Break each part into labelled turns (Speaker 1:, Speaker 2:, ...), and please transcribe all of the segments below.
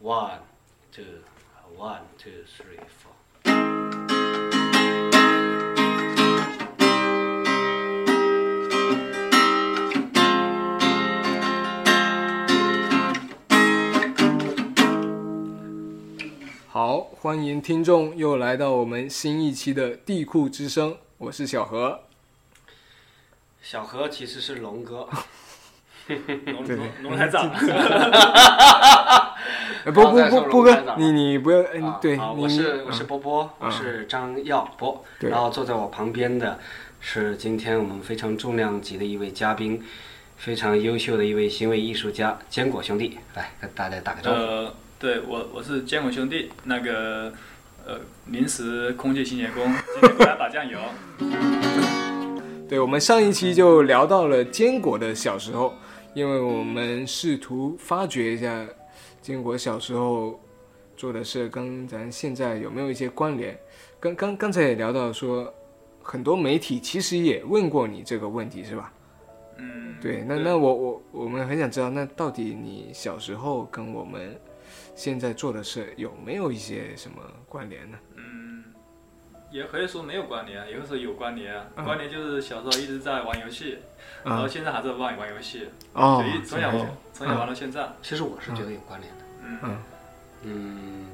Speaker 1: One, two, one, two, three, four.
Speaker 2: 好，欢迎听众又来到我们新一期的地库之声，我是小何。
Speaker 1: 小何其实是龙哥，
Speaker 3: 农
Speaker 2: 对
Speaker 3: 农农台长，
Speaker 2: 呃，不
Speaker 1: 刚才
Speaker 2: 不
Speaker 1: 是
Speaker 2: 不，
Speaker 1: 龙
Speaker 2: 波
Speaker 1: 班
Speaker 2: 哥，
Speaker 1: 长
Speaker 2: 你你不要，嗯、
Speaker 1: 啊
Speaker 2: 对，
Speaker 1: 啊
Speaker 2: 你
Speaker 1: 我是我是
Speaker 2: 嗯
Speaker 1: 波波，我是张耀波，
Speaker 2: 对
Speaker 1: 然后坐在我旁边的是今天我们非常重量级的一位嘉宾，非常优秀的一位行为艺术家坚果兄弟，来跟大家打个招呼。
Speaker 3: 呃，对我我是坚果兄弟，那个呃临时空气清洁工，今天给大家打酱油。
Speaker 2: 对，我们上一期就聊到了坚果的小时候，因为我们试图发掘一下坚果小时候做的事跟咱现在有没有一些关联。刚刚刚才也聊到说，很多媒体其实也问过你这个问题，是吧？
Speaker 3: 嗯，
Speaker 2: 对，那那我我我们很想知道，那到底你小时候跟我们现在做的事有没有一些什么关联呢？
Speaker 3: 嗯，也可以说没有关联，也可以说有关联。
Speaker 2: 嗯
Speaker 3: 关联就是小时候一直在玩游戏，然后
Speaker 2: 啊、
Speaker 3: 现在还在玩玩游戏，
Speaker 2: 哦
Speaker 3: 就一，从小玩从小玩到现在。
Speaker 2: 啊
Speaker 1: 其实我是觉得有关联的，
Speaker 3: 嗯
Speaker 2: 嗯
Speaker 1: 嗯，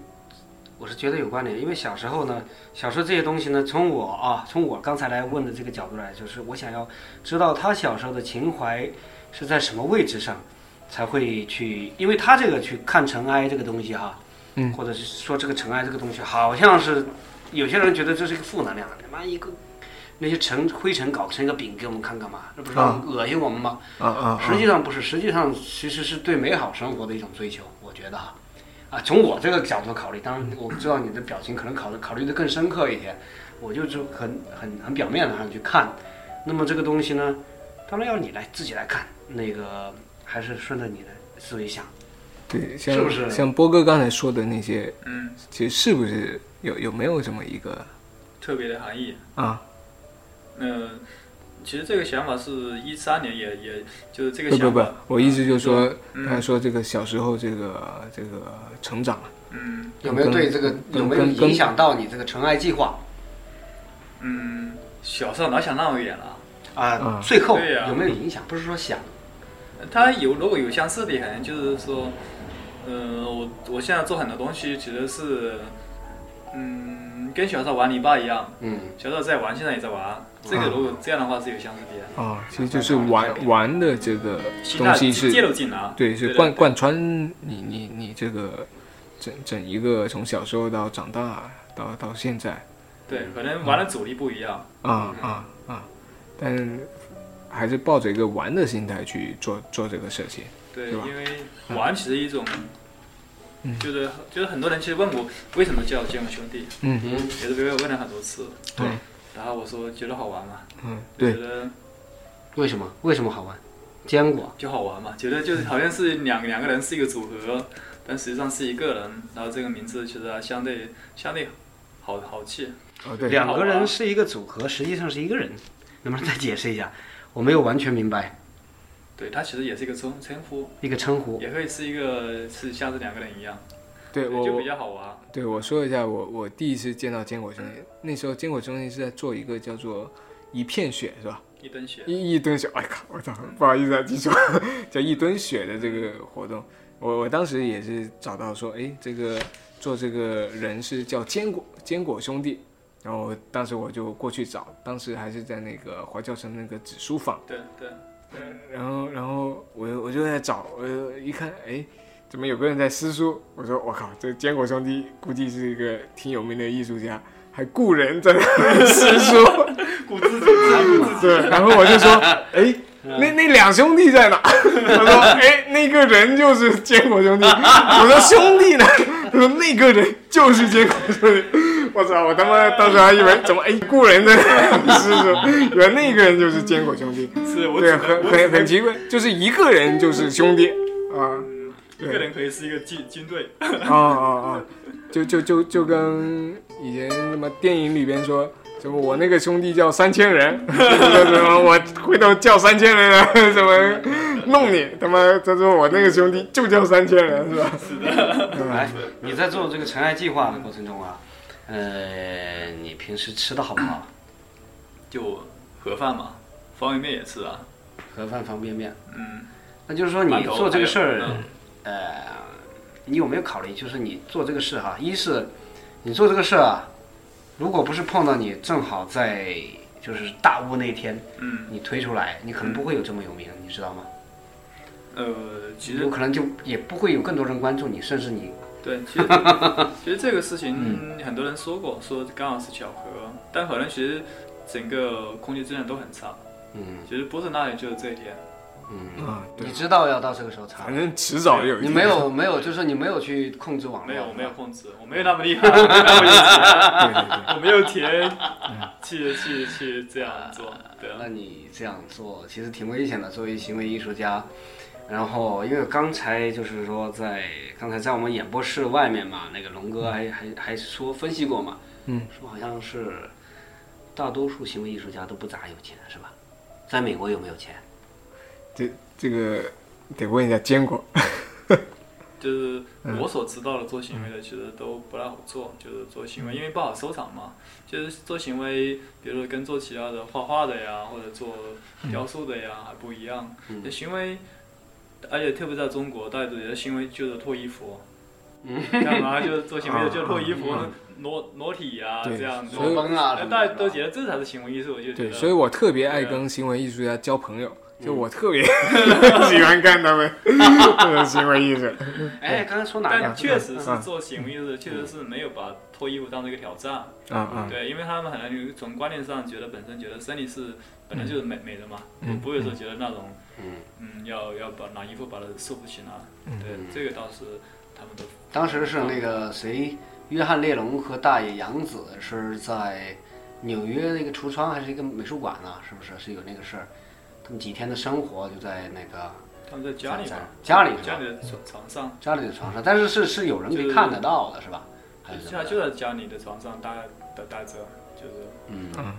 Speaker 1: 我是觉得有关联，因为小时候呢，小时候这些东西呢，从我啊，从我刚才来问的这个角度来，就是我想要知道他小时候的情怀是在什么位置上，才会去，因为他这个去看尘埃这个东西哈，
Speaker 2: 嗯
Speaker 1: 或者是说这个尘埃这个东西，好像是有些人觉得这是一个负能量，他妈一个。那些尘灰尘搞成一个饼给我们看干嘛？那不是让恶心我们吗？
Speaker 2: 啊啊，
Speaker 1: 实际上不是，实际上其实是对美好生活的一种追求，我觉得哈。啊，从我这个角度考虑，当然我知道你的表情可能考虑考虑的更深刻一些，我就是很很很表面的上去看。那么这个东西呢，当然要你来自己来看，那个还是顺着你的思维想。
Speaker 2: 对，像
Speaker 1: 是不是
Speaker 2: 像波哥刚才说的那些，
Speaker 3: 嗯，
Speaker 2: 其实是不是有有没有这么一个
Speaker 3: 特别的含义。
Speaker 2: 啊？
Speaker 3: 嗯，其实这个想法是一三年也也就是这个
Speaker 2: 不
Speaker 3: 想法。
Speaker 2: 不不，我意思就是说，
Speaker 3: 嗯
Speaker 2: 他说这个小时候这个这个成长，
Speaker 3: 嗯
Speaker 1: 有没有对这个
Speaker 2: 跟
Speaker 1: 有没有
Speaker 2: 跟跟
Speaker 1: 影响到你这个尘埃计划
Speaker 3: 嗯，小时候哪想那么远了？
Speaker 1: 啊？
Speaker 2: 嗯
Speaker 1: 最后
Speaker 3: 对呀
Speaker 1: 有没有影响？不是说想，
Speaker 3: 呃它有如果有相似点，可能就是说，嗯、我我现在做很多东西其实是，嗯，跟小时候玩泥巴一样，
Speaker 1: 嗯，
Speaker 3: 小时候在玩，现在也在玩。这个如果这样的话是有相似点，
Speaker 2: 啊，其实就是玩玩的这个
Speaker 3: 心
Speaker 2: 东
Speaker 3: 态
Speaker 2: 西是，
Speaker 3: 介入进来，
Speaker 2: 对，是
Speaker 3: 啊对
Speaker 2: 贯贯穿你你你这个整整一个从小时候到长大到到现在
Speaker 3: 对，
Speaker 2: 嗯
Speaker 3: 可能玩的主力不一样。
Speaker 2: 啊啊啊，但还是抱着一个玩的心态去做做这个事情。
Speaker 3: 对，
Speaker 2: 对吧
Speaker 3: 因为玩其实一种
Speaker 2: 嗯，
Speaker 3: 就是就是很多人其实问我为什么叫坚果兄弟，
Speaker 2: 嗯，
Speaker 1: 嗯
Speaker 3: 也是被我问了很多次，
Speaker 2: 对，
Speaker 3: 然后我说觉得好玩嘛，
Speaker 2: 嗯，
Speaker 3: 就
Speaker 2: 对
Speaker 3: 觉，得
Speaker 1: 为什么？为什么好玩？坚果。
Speaker 3: 就好玩嘛，觉得就是好像是两两个人是一个组合，但实际上是一个人，然后这个名字其实还相对相对好好记。
Speaker 2: 哦对，
Speaker 1: 两个人是一个组合，实际上是一个人，能不能再解释一下？我没有完全明白
Speaker 3: 对，它其实也是一个称称呼，
Speaker 1: 一个称呼。
Speaker 3: 也可以是一个是像是两个人一样，
Speaker 2: 对我
Speaker 3: 就
Speaker 2: 我
Speaker 3: 比较好玩。
Speaker 2: 对我说一下，我我第一次见到坚果兄弟，那时候坚果兄弟是在做一个叫做一片雪是吧？
Speaker 3: 一吨血，
Speaker 2: 一一吨雪，哎靠，我操，不好意思啊，记错， 叫一吨雪的这个活动，我我当时也是找到说，哎，这个做这个人是叫坚果坚果兄弟，然后当时我就过去找，当时还是在那个华侨城那个紫书坊。
Speaker 3: 对对对，
Speaker 2: 然后然后我就我就在找，我就一看，哎，怎么有个人在撕书？我说我靠，这坚果兄弟估计是一个挺有名的艺术家，还雇人在那里撕书。
Speaker 3: 顾自己
Speaker 2: 对，然后我就说， 哎，那那两兄弟在哪？ 他说，哎，那个人就是坚果 兄弟。我说兄弟呢？他说那个人就是坚果兄弟。我操！我他妈当时还以为怎么哎雇人在那里撕书，原来那个人就是坚果兄弟。
Speaker 3: 是我只
Speaker 2: 对，
Speaker 3: 能
Speaker 2: 很
Speaker 3: 我只
Speaker 2: 很
Speaker 3: 能
Speaker 2: 很奇怪，就是一个人就是兄弟啊
Speaker 3: 嗯一
Speaker 2: 对
Speaker 3: 个人可以是一个军军队，
Speaker 2: 哦啊啊啊，就就就就跟以前什么电影里边说什么我那个兄弟叫三千人， 什么我回头叫三千人啊， 什么弄你，他妈他说我那个兄弟就叫三千人是吧？
Speaker 1: 哎，你在做这个尘埃计划的过程中啊，呃，你平时吃的好不好？
Speaker 3: 就盒饭嘛，方便面也吃啊，
Speaker 1: 盒饭、方便面。
Speaker 3: 嗯，
Speaker 1: 那就是说你
Speaker 3: 馒头
Speaker 1: 做这个事
Speaker 3: 还有
Speaker 1: 儿
Speaker 3: 嗯，
Speaker 1: 呃，你有没有考虑，就是你做这个事哈、一是你做这个事啊，如果不是碰到你正好在就是大雾那天
Speaker 3: 嗯，
Speaker 1: 你推出来，你可能不会有这么有名，你知道吗？
Speaker 3: 呃，其实
Speaker 1: 有可能就也不会有更多人关注你，甚至你
Speaker 3: 对，其实其实这个事情很多人说过，说刚好是巧合，但可能其实整个空气质量都很差。
Speaker 1: 嗯，
Speaker 3: 其实波士那里就是这一天，
Speaker 1: 嗯，
Speaker 2: 啊，对
Speaker 1: 你，知道要到这个时候查
Speaker 2: 反，正迟早有一
Speaker 1: 你
Speaker 2: 天
Speaker 1: 没有没有，就是你没有去控制网络，
Speaker 3: 没有我没有控制，我没有那么厉害，我没有那么厉
Speaker 2: 对对对
Speaker 3: 害我没有填去去去这样做，对啊，
Speaker 1: 那你这样做其实挺危险的，作为行为艺术家。然后，因为刚才就是说在刚才在我们演播室外面嘛，那个龙哥还还还说分析过嘛，
Speaker 2: 嗯，
Speaker 1: 说好像是大多数行为艺术家都不咋有钱，是吧？在美国有没有钱？
Speaker 2: 这这个得问一下坚果，
Speaker 3: 就是
Speaker 2: 嗯
Speaker 3: 我所知道的做行为的，其实都不太好做，就是做行
Speaker 2: 嗯
Speaker 3: 为，因为不好收藏嘛。就是做行为，比如说跟做其他的画画的呀，或者做
Speaker 2: 嗯
Speaker 3: 雕塑的呀，还不一样。
Speaker 1: 嗯
Speaker 3: 就行为，而且特别在中国，大家觉得行为就是脱衣服，干嘛就是做行为就脱衣服
Speaker 2: 嗯、
Speaker 3: 裸裸体呀
Speaker 2: 对
Speaker 3: 这样子
Speaker 2: 所。以
Speaker 1: 崩啊
Speaker 3: 哎大家都觉得这才是行为艺术，我就觉
Speaker 2: 对，
Speaker 3: 得
Speaker 2: 所以我特别爱跟行为艺术家交朋友，就我特别 喜欢看他们这种行为艺术。
Speaker 1: 哎，刚才说哪
Speaker 3: 但
Speaker 1: 个？
Speaker 3: 确实是
Speaker 2: 嗯
Speaker 3: 做行为艺术，确实是没有把脱衣服当成一个挑战。
Speaker 2: 啊啊，
Speaker 3: 对，因为他们可能有一种观念上觉得本身觉得身体是本来就是美美的嘛，就不会说觉得那种
Speaker 1: 嗯，
Speaker 3: 嗯要要把拿衣服把它束缚起来。对，这个倒是他们都
Speaker 1: 嗯当时是那个谁，约翰列侬和大野洋子是在纽约那个橱窗还是一个美术馆呢？是不是是有那个事儿？他们几天的生活就在那个
Speaker 3: 他们在家里
Speaker 1: 在
Speaker 3: 嘛，
Speaker 1: 家里是
Speaker 3: 家
Speaker 1: 吧？
Speaker 3: 里的床床上，
Speaker 1: 家里的床上，但是是是有人可以看得到的，是吧？还
Speaker 3: 就是是
Speaker 1: 怎
Speaker 3: 他
Speaker 1: 么
Speaker 3: 嗯就
Speaker 1: 的？
Speaker 3: 在家里的床上待待待着，就是
Speaker 1: 嗯，
Speaker 3: 嗯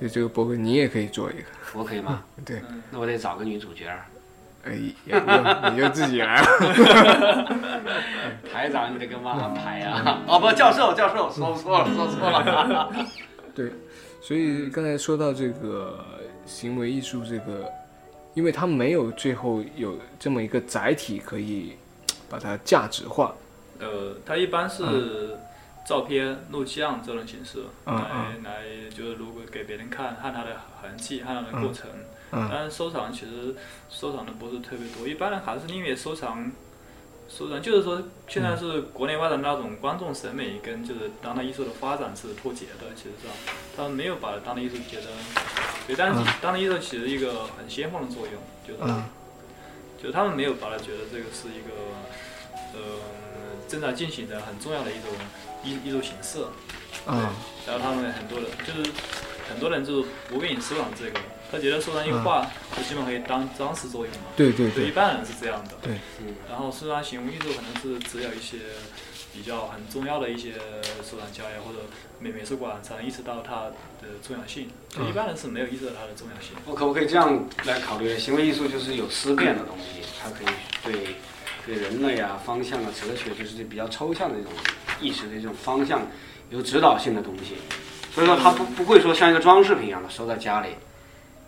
Speaker 2: 就这个博客你也可以做一个，
Speaker 1: 我可以吗？
Speaker 2: 对，
Speaker 3: 嗯，
Speaker 1: 那我得找个女主角 儿。
Speaker 2: 哎，也不用，你就自己来。
Speaker 1: 台长，你得跟妈妈排啊！哦不，教授，教授，说错了，说错了。
Speaker 2: 对， 所以刚才说到这个行为艺术，这个，因为它没有最后有这么一个载体可以把它价值化，
Speaker 3: 呃，他一般是照片、录像这种形式
Speaker 2: 嗯
Speaker 3: 来来，就是如果给别人看，看他的痕迹，看他的过程。
Speaker 2: 嗯，
Speaker 3: 但是收藏其实收藏的不是特别多，一般人还是宁愿收藏，收藏就是说现
Speaker 2: 嗯
Speaker 3: 在是国内外的那种观众审美跟就是当代艺术的发展是脱节的，其实上他们没有把当代艺术觉得，对，但是当代艺术起了一个很先锋的作用，就是、
Speaker 2: 嗯
Speaker 3: 就是他们没有把它觉得这个是一个，呃，正在进行的很重要的一种艺艺术形式，
Speaker 2: 啊，
Speaker 3: 然后他们很多人就是很多人就是不愿意收藏这个，他觉得收藏一个画，他基本可以当装饰作用嘛。
Speaker 2: 对嗯对
Speaker 3: 对，一
Speaker 2: 对，
Speaker 3: 般人是这样的。
Speaker 2: 对
Speaker 1: 嗯。
Speaker 3: 然后收藏行为艺术可能是只有一些比较很重要的一些收藏家呀，或者美美术馆才能意识到它的重要性。就
Speaker 2: 嗯
Speaker 3: 一般人是没有意识到它的重要性。
Speaker 1: 我可不可以这样来考虑？行为艺术就是有思辨的东西，它可以对对人类啊、方向啊、哲学，就是比较抽象的一种意识的一种方向，有指导性的东西。所以说，它不不会说像一个装饰品一样的收在家里，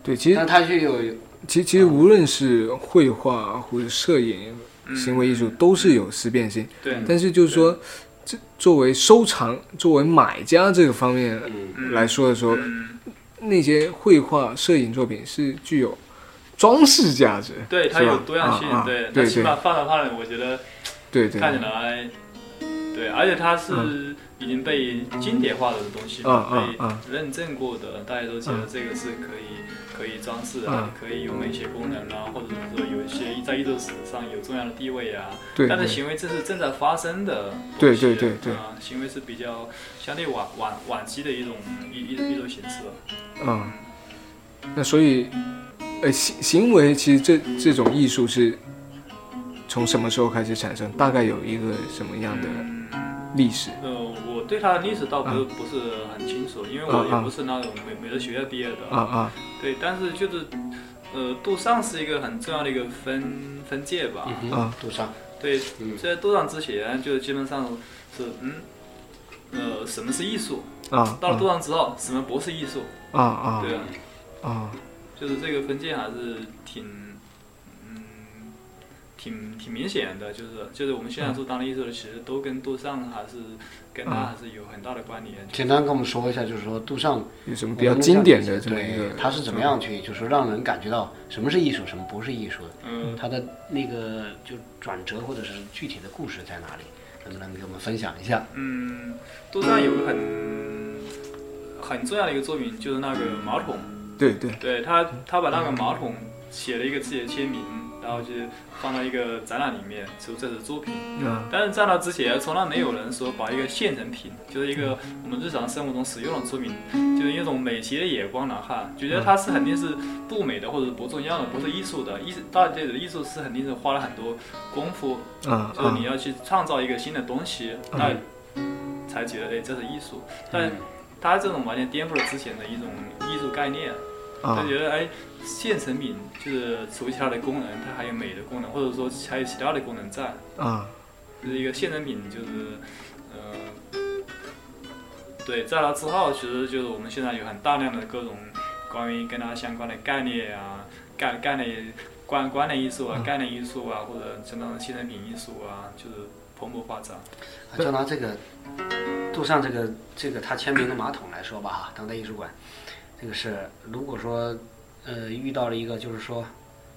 Speaker 2: 对，其实
Speaker 1: 但它就有
Speaker 2: 其实其实无论是绘画或者摄影、
Speaker 3: 嗯
Speaker 2: 行为艺术，都是有思辨性。
Speaker 3: 对，
Speaker 2: 但是就是说，这作为收藏、作为买家这个方面
Speaker 1: 嗯
Speaker 3: 嗯
Speaker 2: 来说的时候，
Speaker 3: 嗯，
Speaker 2: 那些绘画、摄影作品是具有装饰价值。
Speaker 3: 对，它
Speaker 2: 是吧
Speaker 3: 有多样性，
Speaker 2: 啊啊
Speaker 3: 对，
Speaker 2: 对
Speaker 3: 那起码放到它里，我觉得
Speaker 2: 对对，
Speaker 3: 看起
Speaker 2: 对
Speaker 3: 来，对，而且它是已经被经典化的东西，
Speaker 2: 嗯嗯嗯
Speaker 3: 被认证过的，大家都觉得这个是可以可以装饰
Speaker 2: 嗯
Speaker 3: 啊，可以有美学功能啊，或者是说有一些在艺术史上有重要的地位啊。
Speaker 2: 对
Speaker 3: 但是
Speaker 2: 对
Speaker 3: 行为这是正在发生的东西，
Speaker 2: 对对对对
Speaker 3: 啊行为是比较相对晚晚晚期的一种一一一种形式。
Speaker 2: 嗯，那所以，呃，行行为其实这这种艺术是从什么时候开始产生？大概有一个什么样的
Speaker 3: 嗯
Speaker 2: 历史？
Speaker 3: 呃，我我对它的历史倒不是不是很清楚，因为我
Speaker 2: 啊啊
Speaker 3: 也不是那种美美术学院毕业的。
Speaker 2: 啊啊，
Speaker 3: 对，但是就是，呃，杜尚是一个很重要的一个分分界吧。
Speaker 1: 嗯哼
Speaker 2: 啊，
Speaker 1: 杜尚，
Speaker 3: 对，
Speaker 1: 嗯
Speaker 3: 在杜尚之前，就基本上是嗯，呃，什么是艺术？
Speaker 2: 啊
Speaker 3: 到了杜尚之后，什么不是艺术？
Speaker 2: 啊啊
Speaker 3: 对啊，
Speaker 2: 啊
Speaker 3: 就是这个分界还是挺，嗯，挺挺明显的，就是就是我们现在说当代艺术的，其实都跟杜尚还是跟他还是有很大的关联。
Speaker 1: 嗯简单跟我们说一下，就是说杜尚
Speaker 2: 有什么比较经典的这么一
Speaker 1: 对
Speaker 2: 个？
Speaker 1: 他是怎么样去，就是让人感觉到什么是艺术，什么不是艺术的，
Speaker 3: 嗯，
Speaker 1: 他的那个就转折或者是具体的故事在哪里，能不能给我们分享一下？
Speaker 3: 嗯，杜尚有个很很重要的一个作品，就是那个马桶。
Speaker 2: 对对，
Speaker 3: 对他，他把那个马桶写了一个自己的签名，然后就放到一个展览里面，就这是作品。
Speaker 2: 啊
Speaker 3: 但是在那之前，从来没有人说把一个现成品，就是一个我们日常生活中使用的作品，就是一种美学的眼光来看，觉得它是肯定是不美的，或者是不重要的，不是艺术的。艺术大家的艺术是肯定是花了很多功夫，
Speaker 2: 啊
Speaker 3: 就是
Speaker 2: 啊嗯
Speaker 3: 你要去创造一个新的东西，那才觉得哎这是艺术。但
Speaker 1: 嗯
Speaker 3: 他这种完全颠覆了之前的一种艺术概念。
Speaker 2: 啊
Speaker 3: 就觉得哎，现成品就是除其他的功能，它还有美的功能，或者说还有其他的功能在，
Speaker 2: 啊
Speaker 3: 就是一个现成品，就是呃，对，在它之后，其实就是我们现在有很大量的各种关于跟它相关的概念啊，概概念观观念艺术
Speaker 2: 嗯
Speaker 3: 啊，概念艺术啊，或者相当于现成品艺术啊，就是蓬勃发展。
Speaker 1: 啊就拿这个杜尚这个这个他签名的马桶来说吧，哈，当代艺术馆，这个是如果说呃遇到了一个就是说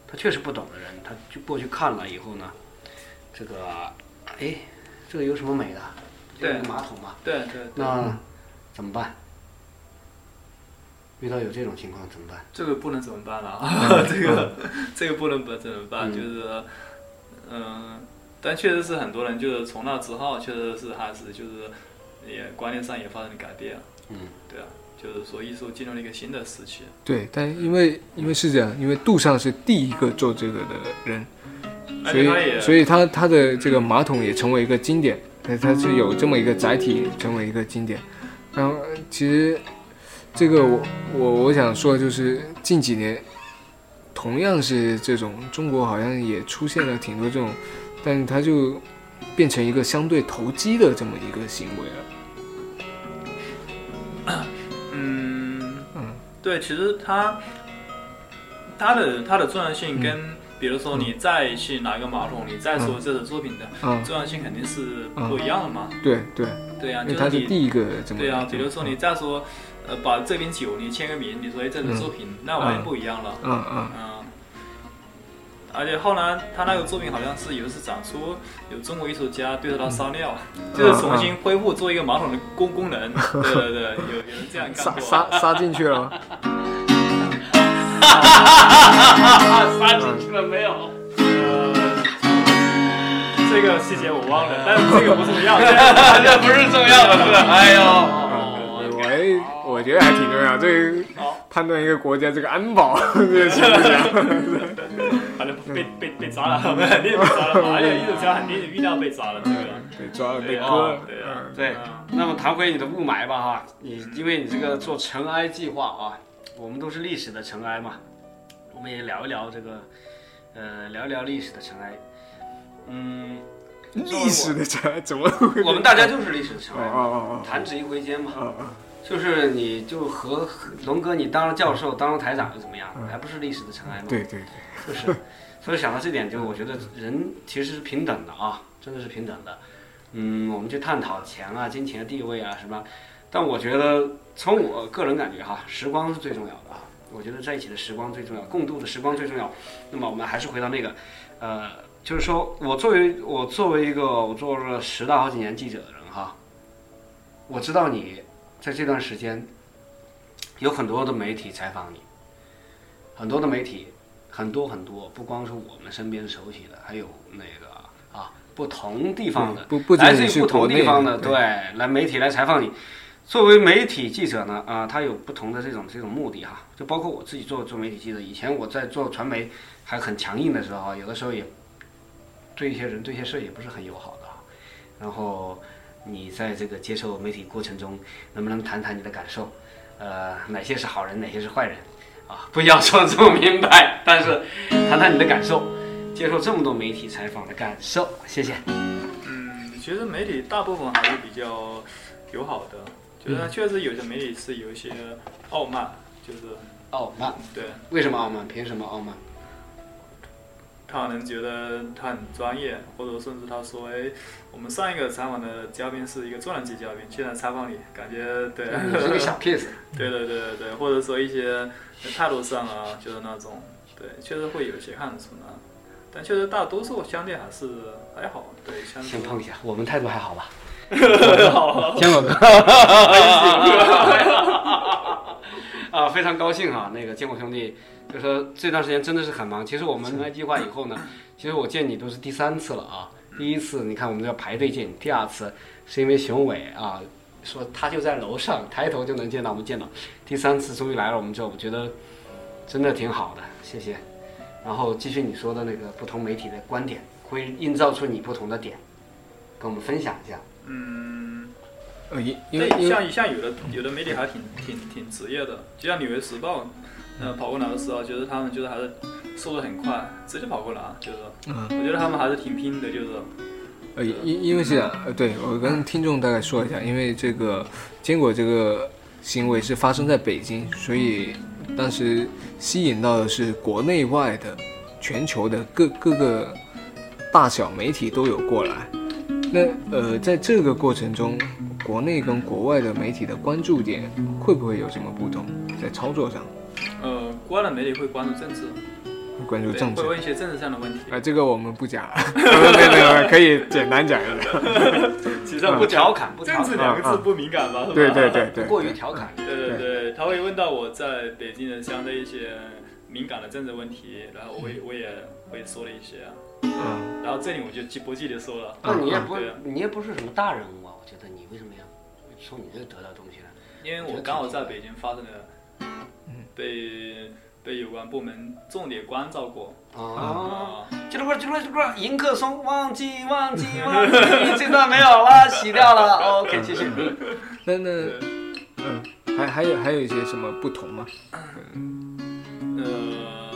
Speaker 1: 他确实不懂的人，他就过去看了以后呢，这个哎这个有什么美的？
Speaker 3: 对
Speaker 1: 这个马桶嘛，
Speaker 3: 对对对，
Speaker 1: 那怎么办？遇到有这种情况怎么办？
Speaker 3: 这个不能怎么办了啊？
Speaker 2: 嗯
Speaker 3: 这个这个不能不怎么办？
Speaker 1: 嗯
Speaker 3: 就是，嗯、但确实是很多人就是从那之后，确实是还是就是也观念上也发生了改变。
Speaker 1: 嗯，
Speaker 3: 对啊，就是说艺术进入了一个新的时期。
Speaker 2: 对，但因为因为是这样，因为杜尚是第一个做这个的人，嗯
Speaker 3: 而
Speaker 2: 所
Speaker 3: 且它也
Speaker 2: 以所以他他的这个马桶也成为一个经典，它它是有这么一个载体成为一个经典。然后呃其实这个我我我想说就是近几年，同样是这种中国好像也出现了挺多这种，但它就变成一个相对投机的这么一个行为了。
Speaker 3: 嗯，
Speaker 2: 嗯
Speaker 3: 对，其实它它的它的重要性跟、
Speaker 2: 嗯
Speaker 3: 比如说你再去拿一个马桶，你再说这是作品的、
Speaker 2: 啊，
Speaker 3: 重要性肯定是不一样的嘛。
Speaker 2: 对对，
Speaker 3: 对呀、
Speaker 2: 嗯因为
Speaker 3: 就
Speaker 2: 他
Speaker 3: 是
Speaker 2: 是
Speaker 3: 你
Speaker 2: 第一个这么嗯
Speaker 3: 对啊，
Speaker 2: 这
Speaker 3: 比
Speaker 2: 么
Speaker 3: 如说你再说，呃，把这瓶酒你签个名，你说哎这是作品，那完全不一样了，
Speaker 2: 嗯嗯
Speaker 3: 嗯。而且后来他那个作品好像是有一次展出，有中国艺术家对着它撒尿，
Speaker 2: 嗯
Speaker 3: 就是重新恢复做一个马桶的功功能。对对对，有有人这样干
Speaker 2: 撒
Speaker 3: 过。
Speaker 2: 撒撒进去了吗？
Speaker 3: 撒进去了没有？呃，这个细节我忘
Speaker 2: 嗯
Speaker 3: 了，但是这个不重 要，这 不是重要的，是哎
Speaker 1: 啊
Speaker 3: 呦，
Speaker 2: 喂，哎我觉得还挺重
Speaker 1: 哦
Speaker 2: 要，这个
Speaker 3: 好，
Speaker 2: 判断一个国家这个安保这个行不行？
Speaker 3: 反正被
Speaker 2: 嗯
Speaker 3: 被被抓了， 肯定被抓了嘛，而且艺术家肯定遇到被抓了，这个
Speaker 2: 被 抓嗯了，被嗯
Speaker 3: 对
Speaker 2: 割
Speaker 3: 啊
Speaker 2: 了，，
Speaker 3: 对啊，
Speaker 1: 哦对 那么谈回你的雾霾吧哈，你因为你这个做尘埃计划啊，我们都是历史的尘埃嘛，我们也聊一聊这个，呃，聊一聊历史的尘埃。嗯，
Speaker 2: 历史的这怎么会？
Speaker 1: 我们大家就是历史的尘
Speaker 2: 哦
Speaker 1: 埃嘛，
Speaker 2: 哦
Speaker 1: 弹指一挥间嘛
Speaker 2: 哦。哦
Speaker 1: 就是你就和和龙哥，你当了教授，当了台长又怎么样？还不是历史的尘埃
Speaker 2: 哦
Speaker 1: 吗？，
Speaker 2: 对对
Speaker 1: 就是，所以想到这点，就我觉得人其实是平等的啊，真的是平等的。嗯，我们去探讨钱啊、金钱、地位啊什么，但我觉得从我个人感觉哈，时光是最重要的啊。我觉得在一起的时光最重要，共度的时光最重要。那么我们还是回到那个，呃，就是说我作为我作为一个我做了十大好几年记者的人哈，我知道你在这段时间有很多的媒体采访你，很多的媒体很多很多，不光是我们身边熟悉的，还有那个啊不同地方的，
Speaker 2: 不不仅
Speaker 1: 来自
Speaker 2: 仅
Speaker 1: 于
Speaker 2: 是
Speaker 1: 不同
Speaker 2: 国内
Speaker 1: 地方 的，
Speaker 2: 对
Speaker 1: 对，来媒体来采访你。作为媒体记者呢，啊、他有不同的这种这种目的哈，就包括我自己做做媒体记者，以前我在做传媒还很强硬的时候啊，有的时候也对一些人对一些事也不是很友好的啊，然后你在这个接受媒体过程中，能不能谈谈你的感受？呃，哪些是好人，哪些是坏人？啊，不要说这么明白，但是谈谈你的感受，接受这么多媒体采访的感受，谢谢。
Speaker 3: 嗯，其实媒体大部分还是比较友好的，就是它确实有些媒体是有一些傲慢，就是
Speaker 1: 傲慢，
Speaker 3: 对
Speaker 1: 为什么傲慢？凭什么傲慢？
Speaker 3: 他可能觉得他很专业，或者甚至他说，哎，我们上一个采访的嘉宾是一个重量级嘉宾，现在采访你，感觉对，
Speaker 1: 嗯你是个小 case，
Speaker 3: 对对对对对，或者说一些态度上啊，就是那种，对，确实会有些看得出来，但确实大多数相对还是还好，对，相对
Speaker 1: 先碰一下，我们态度还好吧？
Speaker 3: 还好，
Speaker 1: 坚果哥，啊，非常高兴哈、那个坚果兄弟，就说这段时间真的是很忙。其实我们来计划以后呢，其实我见你都是第三次了啊。第一次你看我们要排队见你，第二次是因为熊伟啊说他就在楼上，抬头就能见到我们见到。第三次终于来了我们这，我觉得真的挺好的，谢谢。然后继续你说的那个不同媒体的观点，会映照出你不同的点，跟我们分享一下。
Speaker 3: 嗯。
Speaker 2: 呃，因因为
Speaker 3: 对，
Speaker 2: 因为
Speaker 3: 像像有的有的媒体还挺挺挺职业的，就像《纽约时报》，呃，跑过来的时候，觉得他们就是还是速度很快，直接跑过来，啊就是
Speaker 2: 嗯，
Speaker 3: 我觉得他们还是挺拼的，就是
Speaker 2: 呃，因因为是这样，呃，对我跟听众大概说一下，因为这个坚果这个行为是发生在北京，所以当时吸引到的是国内外的、全球的各各个大小媒体都有过来。那呃，在这个过程中，国内跟国外的媒体的关注点会不会有什么不同？在操作上
Speaker 3: 呃，国外的媒体会关注政治，
Speaker 2: 会关注
Speaker 3: 对，
Speaker 2: 政治
Speaker 3: 会问一些政治上的问题。
Speaker 2: 啊、这个我们不讲了， 没有没有没有没有，可以简单讲一下。
Speaker 3: 其
Speaker 2: 嗯
Speaker 3: 实上
Speaker 1: 不
Speaker 3: 不
Speaker 1: 调侃，不调
Speaker 3: 政治
Speaker 1: 侃，
Speaker 3: 两个字不敏感吧？是吧？
Speaker 2: 对对对对，
Speaker 1: 过于调侃。
Speaker 3: 对对对，他会问到我在北京的相对一些敏感的政治问题，然后我也我也会说了一些，啊
Speaker 2: 嗯，
Speaker 3: 然后这里我就记不记得说了，
Speaker 1: 那你也不
Speaker 3: 对啊，
Speaker 1: 你也不是什么大人物啊，我觉得你为什么要从你这得到东西呢？
Speaker 3: 因为我刚好在北京发生了，被被有关部门重点关照过
Speaker 1: 哦，
Speaker 3: 啊、
Speaker 1: 这块儿这块儿这块儿，迎客松忘记忘记忘记，这段没有了，洗掉 了。OK，继续。
Speaker 2: 那那
Speaker 3: 对
Speaker 2: 嗯，还还有还有一些什么不同吗？
Speaker 3: 呃，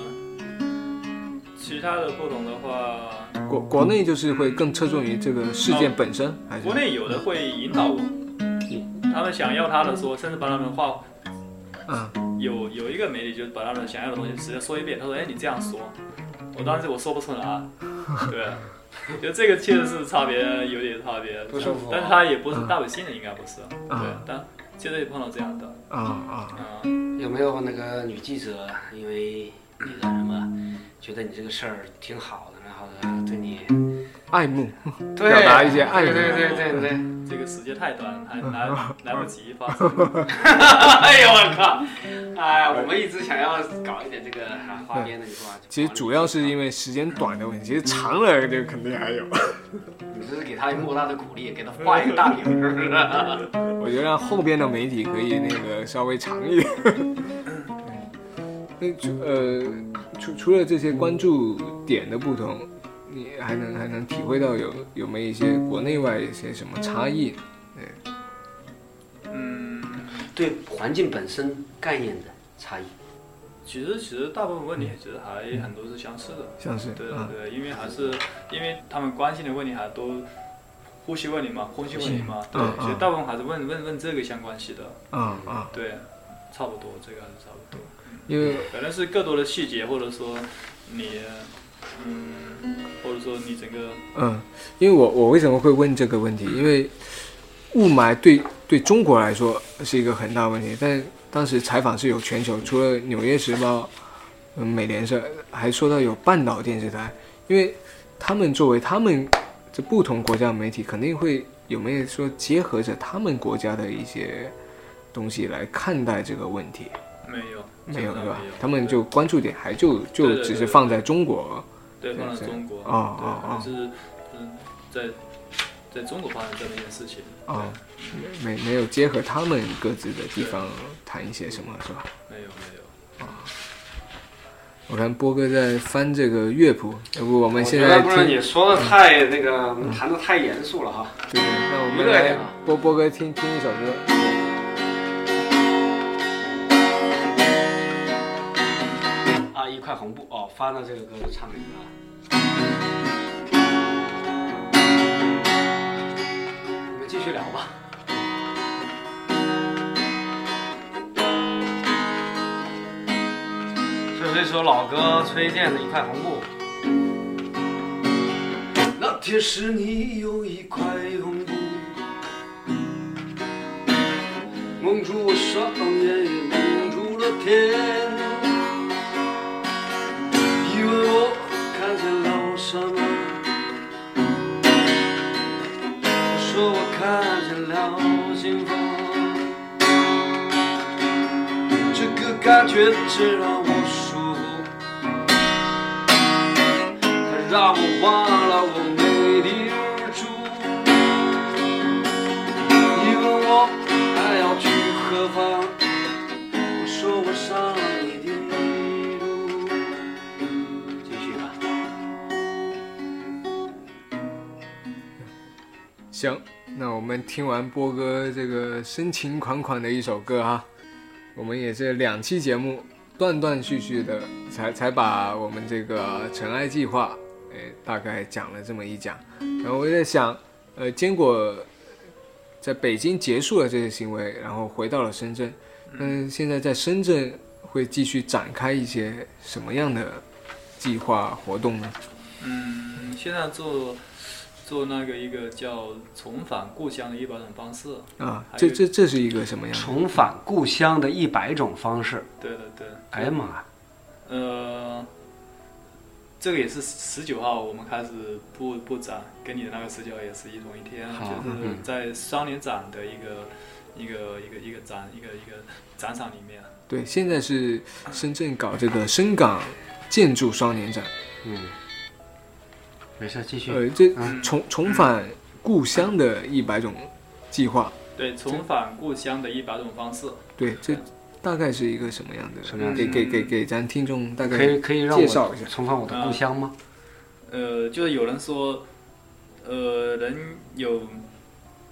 Speaker 3: 其他的不同的话，
Speaker 2: 国国内就是会更侧重于这个事件本身，还是
Speaker 3: 哦国内有的会引导我，他们想要他的说，甚至把他们话
Speaker 2: 嗯
Speaker 3: 有有一个媒体就是把他们想要的东西直接说一遍，他说：“哎，你这样说。”我当时我说不出来，对。就这个确实是差别，有点差别，
Speaker 1: 不舒服
Speaker 3: 但是他也不是大伟新人，应该不是，对
Speaker 2: 啊，
Speaker 3: 但确实也碰到这样的，
Speaker 2: 啊啊
Speaker 3: 嗯，
Speaker 1: 有没有那个女记者因为那个什么，觉得你这个事儿挺好的，然后呢对你
Speaker 2: 爱慕
Speaker 1: 对
Speaker 2: 表达一些爱
Speaker 1: 对
Speaker 2: 慕
Speaker 1: 对对对对。
Speaker 3: 这个时间太短，还
Speaker 2: 嗯
Speaker 3: 来来不及发生。
Speaker 1: 哎呦我靠！哎，我们一直想要搞一点这个啊花边的，你说啊。
Speaker 2: 其实主要是
Speaker 1: 为
Speaker 2: 因为时间短的问题，其实长了就肯定还有。
Speaker 1: 你这是给他莫大的鼓励，给他画一个大饼，是不是？
Speaker 2: 我觉得让后边的媒体可以那个稍微长一点。 那除呃除除了这些关注点的不同，你还能还能体会到有有没有一些国内外一些什么差异？
Speaker 3: 嗯，
Speaker 1: 对环境本身概念的差异。
Speaker 3: 其实其实大部分问题其实还
Speaker 2: 嗯
Speaker 3: 很多是相似的，
Speaker 2: 像是
Speaker 3: 对
Speaker 2: 啊
Speaker 3: 对，因为还是因为他们关心的问题还都呼吸问题嘛，空气问题嘛，对
Speaker 2: 嗯，
Speaker 3: 其实
Speaker 2: 嗯
Speaker 3: 大部分还是问问问这个相关系的，
Speaker 2: 啊啊，
Speaker 3: 对，差不多，这个还是差不多。
Speaker 2: 因为
Speaker 3: 可能是更多的细节，或者说你，嗯，或者说你整个，
Speaker 2: 嗯，因为我我为什么会问这个问题？因为雾霾对对中国来说是一个很大问题，但当时采访是有全球，除了《纽约时报》、嗯、美联社，还说到有半岛电视台，因为他们作为他们这不同国家的媒体，肯定会有没有说结合着他们国家的一些东西来看待这个问题？
Speaker 3: 没有，
Speaker 2: 没有对
Speaker 3: 基本上
Speaker 2: 吧
Speaker 3: 没有？
Speaker 2: 他们就关注点还就
Speaker 3: 对
Speaker 2: 就
Speaker 3: 对
Speaker 2: 只是
Speaker 3: 对
Speaker 2: 放在中国，
Speaker 3: 对，放在
Speaker 2: 对
Speaker 3: 中国，
Speaker 2: 哦哦哦
Speaker 3: 对，就是嗯，在在中国发生这么一件事情，
Speaker 2: 哦，没没有结合他们各自的地方谈一些什么，是吧？
Speaker 3: 没有没有，
Speaker 2: 我看波哥在翻这个乐谱，要不我们现
Speaker 1: 我觉
Speaker 2: 在
Speaker 1: 得不是
Speaker 2: 听？
Speaker 1: 你说的太那个谈的太严肃了哈。
Speaker 2: 对，那我
Speaker 1: 娱
Speaker 2: 们
Speaker 1: 乐一啊
Speaker 2: 来
Speaker 1: 点吧
Speaker 2: 波波哥听听一首歌。
Speaker 1: 啊，一块红布哦，翻了这个歌就唱这个啊。我们继续聊吧。这是一首老歌，崔健的《一块红布》。那天是你有一块红布，蒙住我双眼，也蒙住了天。以为我看见了什么？我说我看见了幸福。这个感觉真让我舒服，它让我忘了我没地儿住。你问我还要去何方？我说我上了你的路。继续吧。
Speaker 2: 行，那我们听完波哥这个深情款款的一首歌哈，我们也是两期节目断断续续的才才把我们这个《尘埃计划》哎大概讲了这么一讲，然后我在想，呃，坚果在北京结束了这些行为，然后回到了深圳，嗯，现在在深圳会继续展开一些什么样的计划活动呢？
Speaker 3: 嗯，现在做做那个一个叫重返故乡的一百种方式，
Speaker 2: 啊，
Speaker 3: 还
Speaker 2: 这
Speaker 3: 有
Speaker 2: 这这是一个什么样的？
Speaker 1: 重返故乡的一百种方式。
Speaker 3: 对对对，
Speaker 1: 哎呀妈呀！
Speaker 3: 呃，这个也是十九号我们开始布布展，跟你的那个十九号也是一同一天，
Speaker 1: 好
Speaker 3: 就是
Speaker 1: 嗯
Speaker 3: 在双年展的一个一个一个一个展一个一个展场里面。
Speaker 2: 对，现在是深圳搞这个深港建筑双年展，
Speaker 1: 嗯，没事，继续。
Speaker 2: 呃，这
Speaker 1: 嗯
Speaker 2: 重重返故乡的一百种计划，
Speaker 3: 嗯对，重返故乡的一百种方式。
Speaker 2: 对，这大概是一个什么样的？
Speaker 1: 什么样
Speaker 2: 给
Speaker 3: 的
Speaker 2: 给给给咱听众大
Speaker 1: 可
Speaker 2: 概
Speaker 1: 以可以让
Speaker 2: 介绍
Speaker 1: 我
Speaker 2: 一下
Speaker 1: 重返我的故乡吗？
Speaker 3: 呃，就是有人说，呃，人有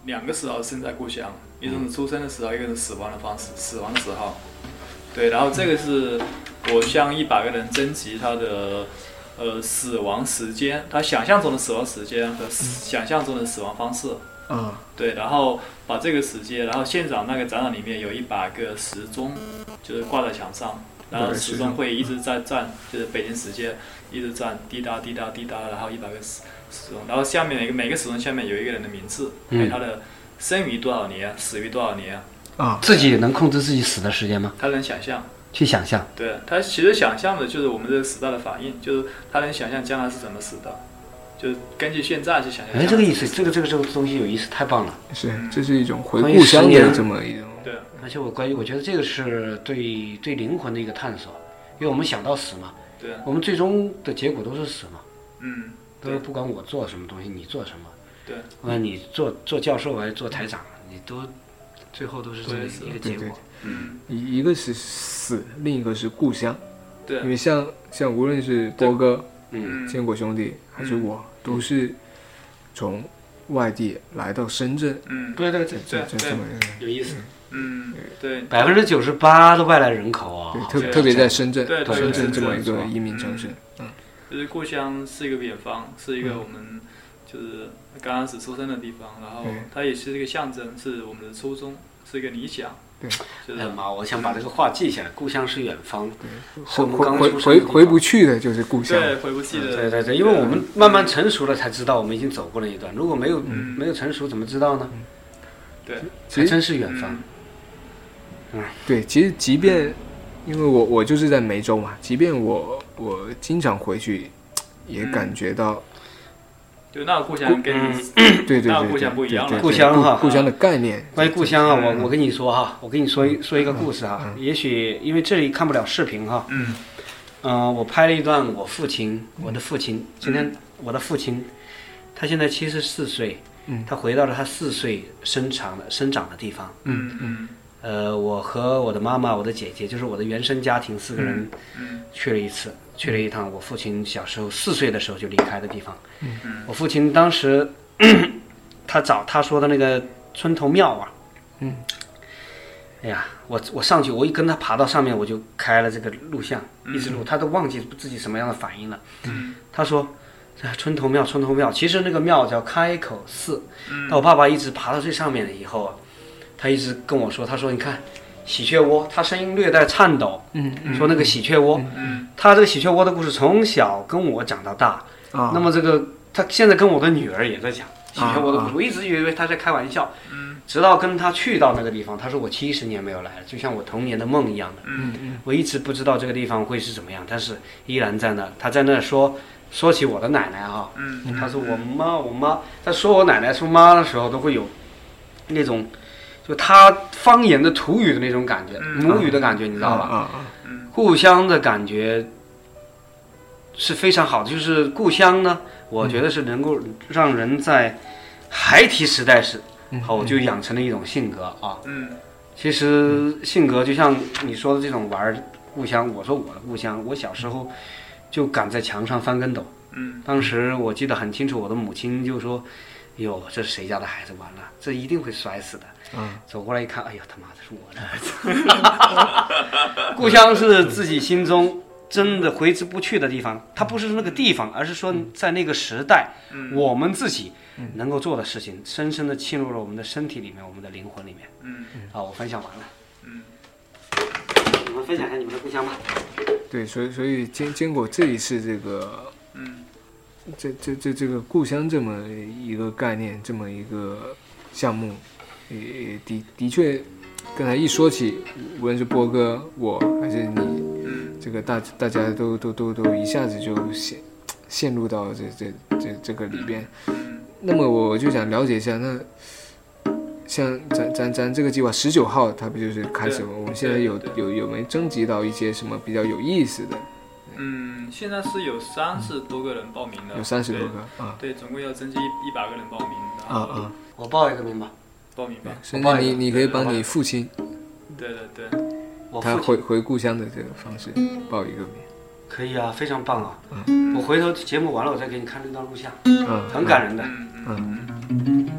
Speaker 3: 两个时候身在故乡，一种是出生的时候，一个是死亡的方式，死亡的时候。对，然后这个是我向一百个人征集他的呃死亡时间，他想象中的死亡时间和想象中的死亡方式。
Speaker 2: 啊，
Speaker 3: 对，然后把这个时间，然后现场那个展览里面有一百个时钟，就是挂在墙上，然后时钟会一直在转，就是北京时间一直转，滴答滴答滴答，然后一百个时时钟，然后下面一个每个时钟下面有一个人的名字，还有他的生于多少年，死于多少年，
Speaker 2: 啊，
Speaker 1: 自己能控制自己死的时间吗？
Speaker 3: 他能想象。
Speaker 1: 去想象。
Speaker 3: 对他其实想象的就是我们这个时代的反应，就是他能想象将来是怎么死的，就是根据现在去想象。
Speaker 1: 哎，这个意思，这个这个这个东西有意思，太棒了。
Speaker 2: 是，
Speaker 3: 嗯
Speaker 2: 这是一种回
Speaker 1: 关于
Speaker 2: 故乡
Speaker 1: 十
Speaker 2: 的
Speaker 1: 年
Speaker 2: 这么一种，
Speaker 3: 对，
Speaker 1: 而且我关于我觉得这个是对对灵魂的一个探索，因为我们想到死嘛，
Speaker 3: 对，
Speaker 1: 我们最终的结果都是死嘛，
Speaker 3: 嗯，
Speaker 1: 都是不管我做什么东西，你做什么，
Speaker 3: 对，
Speaker 1: 那你做做教授还是做台长，你都最后都是这么
Speaker 3: 对
Speaker 1: 一个结
Speaker 2: 对
Speaker 1: 果。
Speaker 3: 嗯，
Speaker 2: 一一个是死，另一个是故乡，
Speaker 3: 对
Speaker 2: 因，为像像无论是波哥、
Speaker 1: 嗯，
Speaker 3: 嗯，
Speaker 2: 坚果兄弟还是我，都是从外地来到深圳，
Speaker 3: 嗯，
Speaker 1: 对对
Speaker 2: 这
Speaker 1: 对，
Speaker 2: 这这
Speaker 3: 对对
Speaker 2: 这么一个。
Speaker 1: 有意思。
Speaker 3: 嗯，对，
Speaker 1: 百分之九十八的外来人口啊，
Speaker 2: 对，
Speaker 1: 好
Speaker 2: 特
Speaker 1: 像
Speaker 2: 特别在深圳，
Speaker 3: 对
Speaker 1: 对
Speaker 2: 深
Speaker 1: 对
Speaker 2: 圳这么一
Speaker 1: 对
Speaker 2: 个
Speaker 1: 对
Speaker 2: 移民城市，嗯
Speaker 3: 就是故乡是一个远方，是一个我们就是刚开始出生的地方，然后
Speaker 2: 对
Speaker 3: 它也是一个象征，是我们的初衷，是一个理想。
Speaker 2: 对
Speaker 3: 就
Speaker 1: 哎
Speaker 3: 是
Speaker 1: 呀妈，我想把这个话记下来。故乡是远方，是
Speaker 2: 回
Speaker 1: 我们刚
Speaker 2: 回
Speaker 1: 出生
Speaker 2: 回
Speaker 1: 的
Speaker 2: 回
Speaker 1: 地方
Speaker 2: 回不去的就是故乡。
Speaker 3: 对回不去的，
Speaker 1: 对对对，因为我们慢慢成熟了才知道我们已经走过那一段。如果没有
Speaker 3: 嗯
Speaker 1: 没有成熟，怎么知道呢？
Speaker 3: 对
Speaker 2: 其
Speaker 1: 还
Speaker 2: 实
Speaker 1: 真是远方
Speaker 3: 嗯。
Speaker 2: 对，其实即便因为我我就是在梅州嘛，即便我我经常回去，也
Speaker 3: 嗯
Speaker 2: 感觉到
Speaker 3: 就那个故乡跟你
Speaker 2: 对对对
Speaker 3: 那
Speaker 2: 对
Speaker 3: 故乡不
Speaker 2: 对
Speaker 3: 一样
Speaker 2: 对对
Speaker 3: 了
Speaker 1: 故乡哈
Speaker 2: 故故乡的概念。
Speaker 1: 关于故乡啊，
Speaker 3: 嗯
Speaker 1: 我我跟你说哈，我跟你说一说一个故事哈。也许因为这里看不了视频哈，
Speaker 3: 嗯
Speaker 1: 嗯，我拍了一段我父亲，我的父亲，今天我的父亲，他现在七十四岁
Speaker 2: 嗯，
Speaker 1: 他回到了他四岁生长的生长的地方。
Speaker 3: 嗯嗯
Speaker 1: 呃，我和我的妈妈、我的姐姐，就是我的原生家庭四个人
Speaker 3: 嗯
Speaker 1: 去了一次，去了一趟我父亲小时候四岁的时候就离开的地方。
Speaker 3: 嗯
Speaker 1: 我父亲当时他找他说的那个村头庙啊，
Speaker 2: 嗯，
Speaker 1: 哎呀，我我上去，我一跟他爬到上面，我就开了这个录像，
Speaker 3: 嗯
Speaker 1: 一直录，他都忘记自己什么样的反应了。嗯，他说。啊村头庙，村头庙，其实那个庙叫开口寺。
Speaker 3: 嗯
Speaker 1: 但我爸爸一直爬到最上面了以后啊，他一直跟我说，他说你看喜鹊窝，他声音略带颤抖，
Speaker 2: 嗯
Speaker 1: 说那个喜鹊窝，
Speaker 3: 嗯
Speaker 1: 他这个喜鹊窝的故事从小跟我讲到大，
Speaker 2: 啊
Speaker 1: 那么这个他现在跟我的女儿也在讲喜
Speaker 2: 啊
Speaker 1: 鹊窝的故
Speaker 2: 啊
Speaker 1: 事，我一直以为他在开玩笑，
Speaker 3: 嗯
Speaker 1: 直到跟他去到那个地方，他说我七十年没有来了，就像我童年的梦一样的，
Speaker 3: 嗯
Speaker 1: 我一直不知道这个地方会是怎么样，但是依然在那儿，他在那儿说说起我的奶奶啊，
Speaker 3: 嗯，
Speaker 1: 他说我妈我妈，他说我奶奶说妈的时候都会有那种。就他方言的土语的那种感觉，
Speaker 3: 嗯
Speaker 1: 母语的感觉，你知道吧？
Speaker 2: 啊啊
Speaker 1: 故乡的感觉是非常好的，就是故乡
Speaker 2: 嗯
Speaker 1: 呢，我觉得是能够让人在孩提时代时
Speaker 2: 嗯
Speaker 1: 候就养成了一种性格啊。
Speaker 3: 嗯
Speaker 1: 其实性格就像你说的这种玩儿故乡，我说我的故乡，我小时候就敢在墙上翻跟斗。
Speaker 3: 嗯
Speaker 1: 当时我记得很清楚，我的母亲就说：“哟，这是谁家的孩子？完了，这一定会摔死的。”
Speaker 2: 啊
Speaker 1: 走过来一看，哎呀，他妈的是我的儿子。故乡是自己心中真的挥之不去的地方，它不是那个地方，而是说在那个时代，
Speaker 3: 嗯
Speaker 1: 我们自己能够做的事情，深深的侵入了我们的身体里面，我们的灵魂里面。
Speaker 3: 嗯
Speaker 1: 啊，我分享完了，
Speaker 3: 嗯
Speaker 1: 你们分享一下你们的故乡吧。
Speaker 2: 对，所以所以坚坚果这一次这个
Speaker 3: 嗯
Speaker 2: 这这这这个故乡这么一个概念，这么一个项目，也也的的确，刚才一说起，无论是波哥我还是你，
Speaker 3: 嗯
Speaker 2: 这个大大家都都都都一下子就陷陷入到这这这这个里边。
Speaker 3: 嗯
Speaker 2: 那么我就想了解一下，那像咱咱咱这个计划十九号，它不就是开始吗？我们现在有
Speaker 3: 对
Speaker 2: 有有没征集到一些什么比较有意思的？
Speaker 3: 嗯，现在是有三十多个人报名的，
Speaker 2: 有三十多个啊
Speaker 3: 对，对，总共要征集一百个人报名，然
Speaker 2: 啊
Speaker 3: 后
Speaker 2: 啊！
Speaker 1: 我报一个名吧，
Speaker 3: 报名吧。
Speaker 2: 甚
Speaker 1: 我
Speaker 2: 至
Speaker 1: 帮你
Speaker 2: 你你可以
Speaker 3: 对我
Speaker 2: 帮
Speaker 3: 帮
Speaker 2: 你父亲，
Speaker 3: 对对对，
Speaker 1: 我
Speaker 2: 他
Speaker 1: 父
Speaker 2: 回回故乡的这个方式报一个名
Speaker 1: 可以啊，非常棒啊！
Speaker 2: 嗯
Speaker 1: 我回头节目完了，我再给你看这段录像，
Speaker 2: 啊。
Speaker 1: 很感人的。
Speaker 3: 嗯嗯
Speaker 2: 嗯，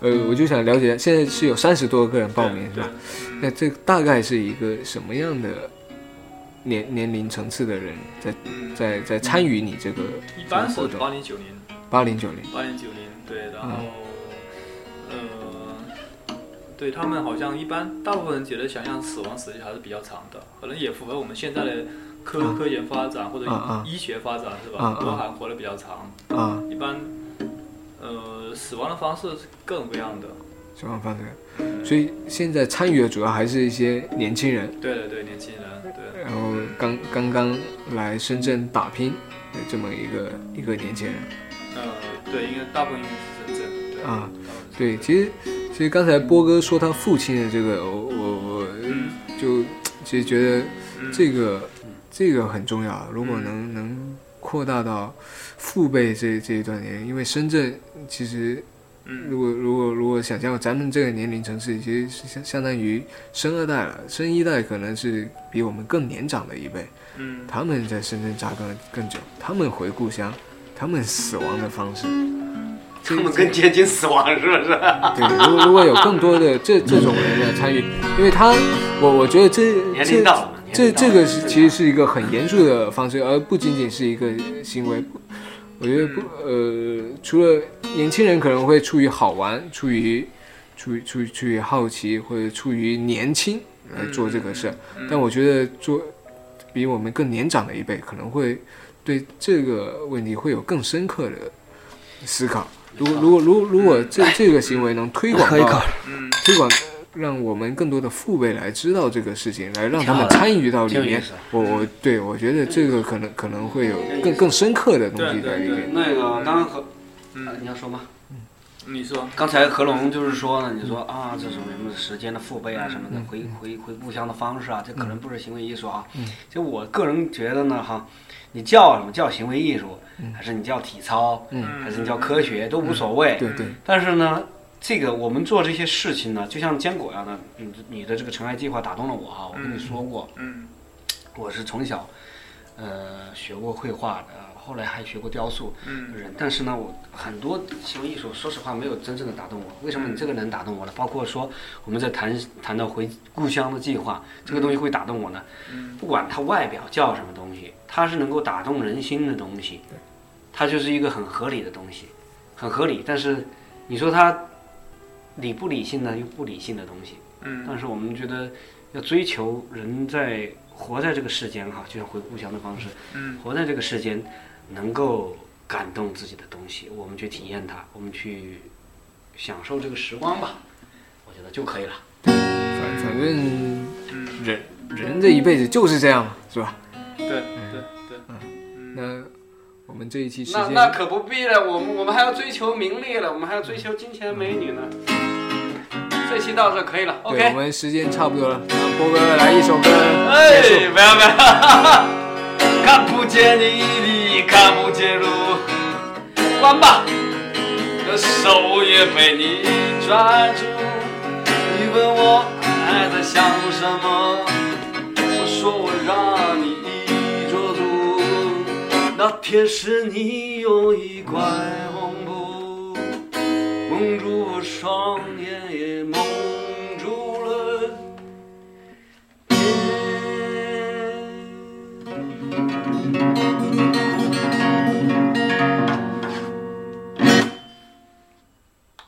Speaker 2: 呃，我就想了解，现在是有三十多个人报名是
Speaker 3: 对
Speaker 2: 吧？，那这大概是一个什么样的年年龄层次的人在在在参与你这个
Speaker 3: 一般
Speaker 2: 这
Speaker 3: 是
Speaker 2: 个活
Speaker 3: 八
Speaker 2: 动？
Speaker 3: 零九零，
Speaker 2: 八零九零
Speaker 3: 八零九零，对，
Speaker 2: 嗯
Speaker 3: 然后，呃，对他们好像一般，大部分人觉得想象死亡时间还是比较长的，可能也符合我们现在的科科研发展或者
Speaker 2: 啊啊
Speaker 3: 医学发展是
Speaker 2: 啊
Speaker 3: 吧
Speaker 2: 啊？
Speaker 3: 都还活得比较长，
Speaker 1: 嗯
Speaker 2: 啊，
Speaker 3: 一般，呃，死亡的方式是各种各样的。
Speaker 2: 消防方队。所以现在参与的主要还是一些年轻人，
Speaker 3: 对对对，年轻人，对，
Speaker 2: 然后刚刚刚来深圳打拼的这么一个一个年轻人。
Speaker 3: 呃，对，应该大部分应该是深圳，对
Speaker 2: 啊，
Speaker 3: 大部分是
Speaker 2: 对，
Speaker 3: 深圳
Speaker 2: 其实其实刚才波哥说他父亲的这个，我我我
Speaker 3: 嗯
Speaker 2: 就其实觉得
Speaker 3: 嗯
Speaker 2: 这个这个很重要，如果能能扩大到父辈这这一段年龄，因为深圳其实
Speaker 3: 嗯
Speaker 2: 如果如果如果想象咱们这个年龄层次，其实是相相当于生二代了，生一代可能是比我们更年长的一辈，
Speaker 3: 嗯
Speaker 2: 他们在深圳扎根得更久，他们回故乡，他们死亡的方式。
Speaker 1: 他们更接近死亡，是不是？
Speaker 2: 对，如果如果有更多的这这种人来参与，因为他，我我觉得这
Speaker 1: 年龄
Speaker 2: 这
Speaker 1: 到了，年
Speaker 2: 这
Speaker 1: 龄到
Speaker 2: 这
Speaker 1: 了
Speaker 2: 个是其实是一个很严肃的方式，而不仅仅是一个行为。不我觉得不呃，除了年轻人可能会出于好玩，出于出于出于出于好奇，或者出于年轻来做这个事儿，
Speaker 1: 嗯
Speaker 2: 但我觉得做比我们更年长的一辈可能会对这个问题会有更深刻的思考。如果如果如果如果这
Speaker 1: 嗯
Speaker 2: 这个行为能推广
Speaker 1: 可以考
Speaker 2: 到
Speaker 1: 虑
Speaker 3: 嗯
Speaker 2: 推广，让我们更多的父辈来知道这个事情，来让他
Speaker 1: 挺好
Speaker 2: 们
Speaker 1: 的
Speaker 2: 参与到里
Speaker 1: 挺有意
Speaker 2: 面
Speaker 1: 思。
Speaker 2: 我我对我觉得这个可能可能会有
Speaker 1: 挺有意思
Speaker 2: 更更深刻的东西
Speaker 3: 对
Speaker 2: 在里
Speaker 3: 对
Speaker 2: 面。
Speaker 1: 那个刚刚和、啊
Speaker 3: 嗯，
Speaker 1: 你要说吗？
Speaker 3: 你说，
Speaker 1: 刚才何龙就是说呢，你说啊，这种什么时间的父辈
Speaker 2: 嗯
Speaker 1: 啊什么的，回回回故乡的方式啊，这可能不是行为艺术啊。
Speaker 2: 嗯
Speaker 1: 就我个人觉得呢，哈，你叫什么叫行为艺术，
Speaker 2: 嗯
Speaker 1: 还是你叫体操，还是你叫科学都无所谓。
Speaker 2: 对对，
Speaker 1: 但是呢，这个我们做这些事情呢，就像坚果一样的，你你的这个尘埃计划打动了我啊，我跟你说过，
Speaker 3: 嗯
Speaker 1: 我是从小呃，学过绘画的，后来还学过雕塑
Speaker 3: 嗯
Speaker 1: 人。但是呢，我很多行为艺术，说实话没有真正的打动我。为什么你这个能打动我呢？包括说我们在谈谈到回故乡的计划，这个东西会打动我呢？
Speaker 3: 嗯
Speaker 1: 不管它外表叫什么东西，它是能够打动人心的东西，它就是一个很合理的东西，很合理。但是你说它理不理性呢？又不理性的东西。
Speaker 3: 嗯
Speaker 1: 但是我们觉得要追求人在活在这个世间哈，就像回故乡的方式，
Speaker 3: 嗯
Speaker 1: 活在这个世间，能够感动自己的东西，我们去体验它，我们去享受这个时光吧，我觉得就可以了。
Speaker 2: 反反正
Speaker 3: 嗯，
Speaker 2: 人人这一辈子就是这样嘛，是吧？
Speaker 3: 对对对，嗯
Speaker 2: 那我们这一期时
Speaker 1: 那
Speaker 2: 间
Speaker 1: 那可不必了，我们我们还要追求名利了，我们还要追求金钱美女呢。这期到这可以了
Speaker 2: 对，我
Speaker 1: ，OK。
Speaker 2: 们时间差不多了，那波哥来一首歌
Speaker 1: 哎
Speaker 2: 结束。，
Speaker 1: 不要不要，哈哈看不见你，你看不见路，关吧。
Speaker 3: 的手也被你抓住。你问我还在想什么？我说我让你一桌足。那天是你用一块红布蒙住我双眼，也蒙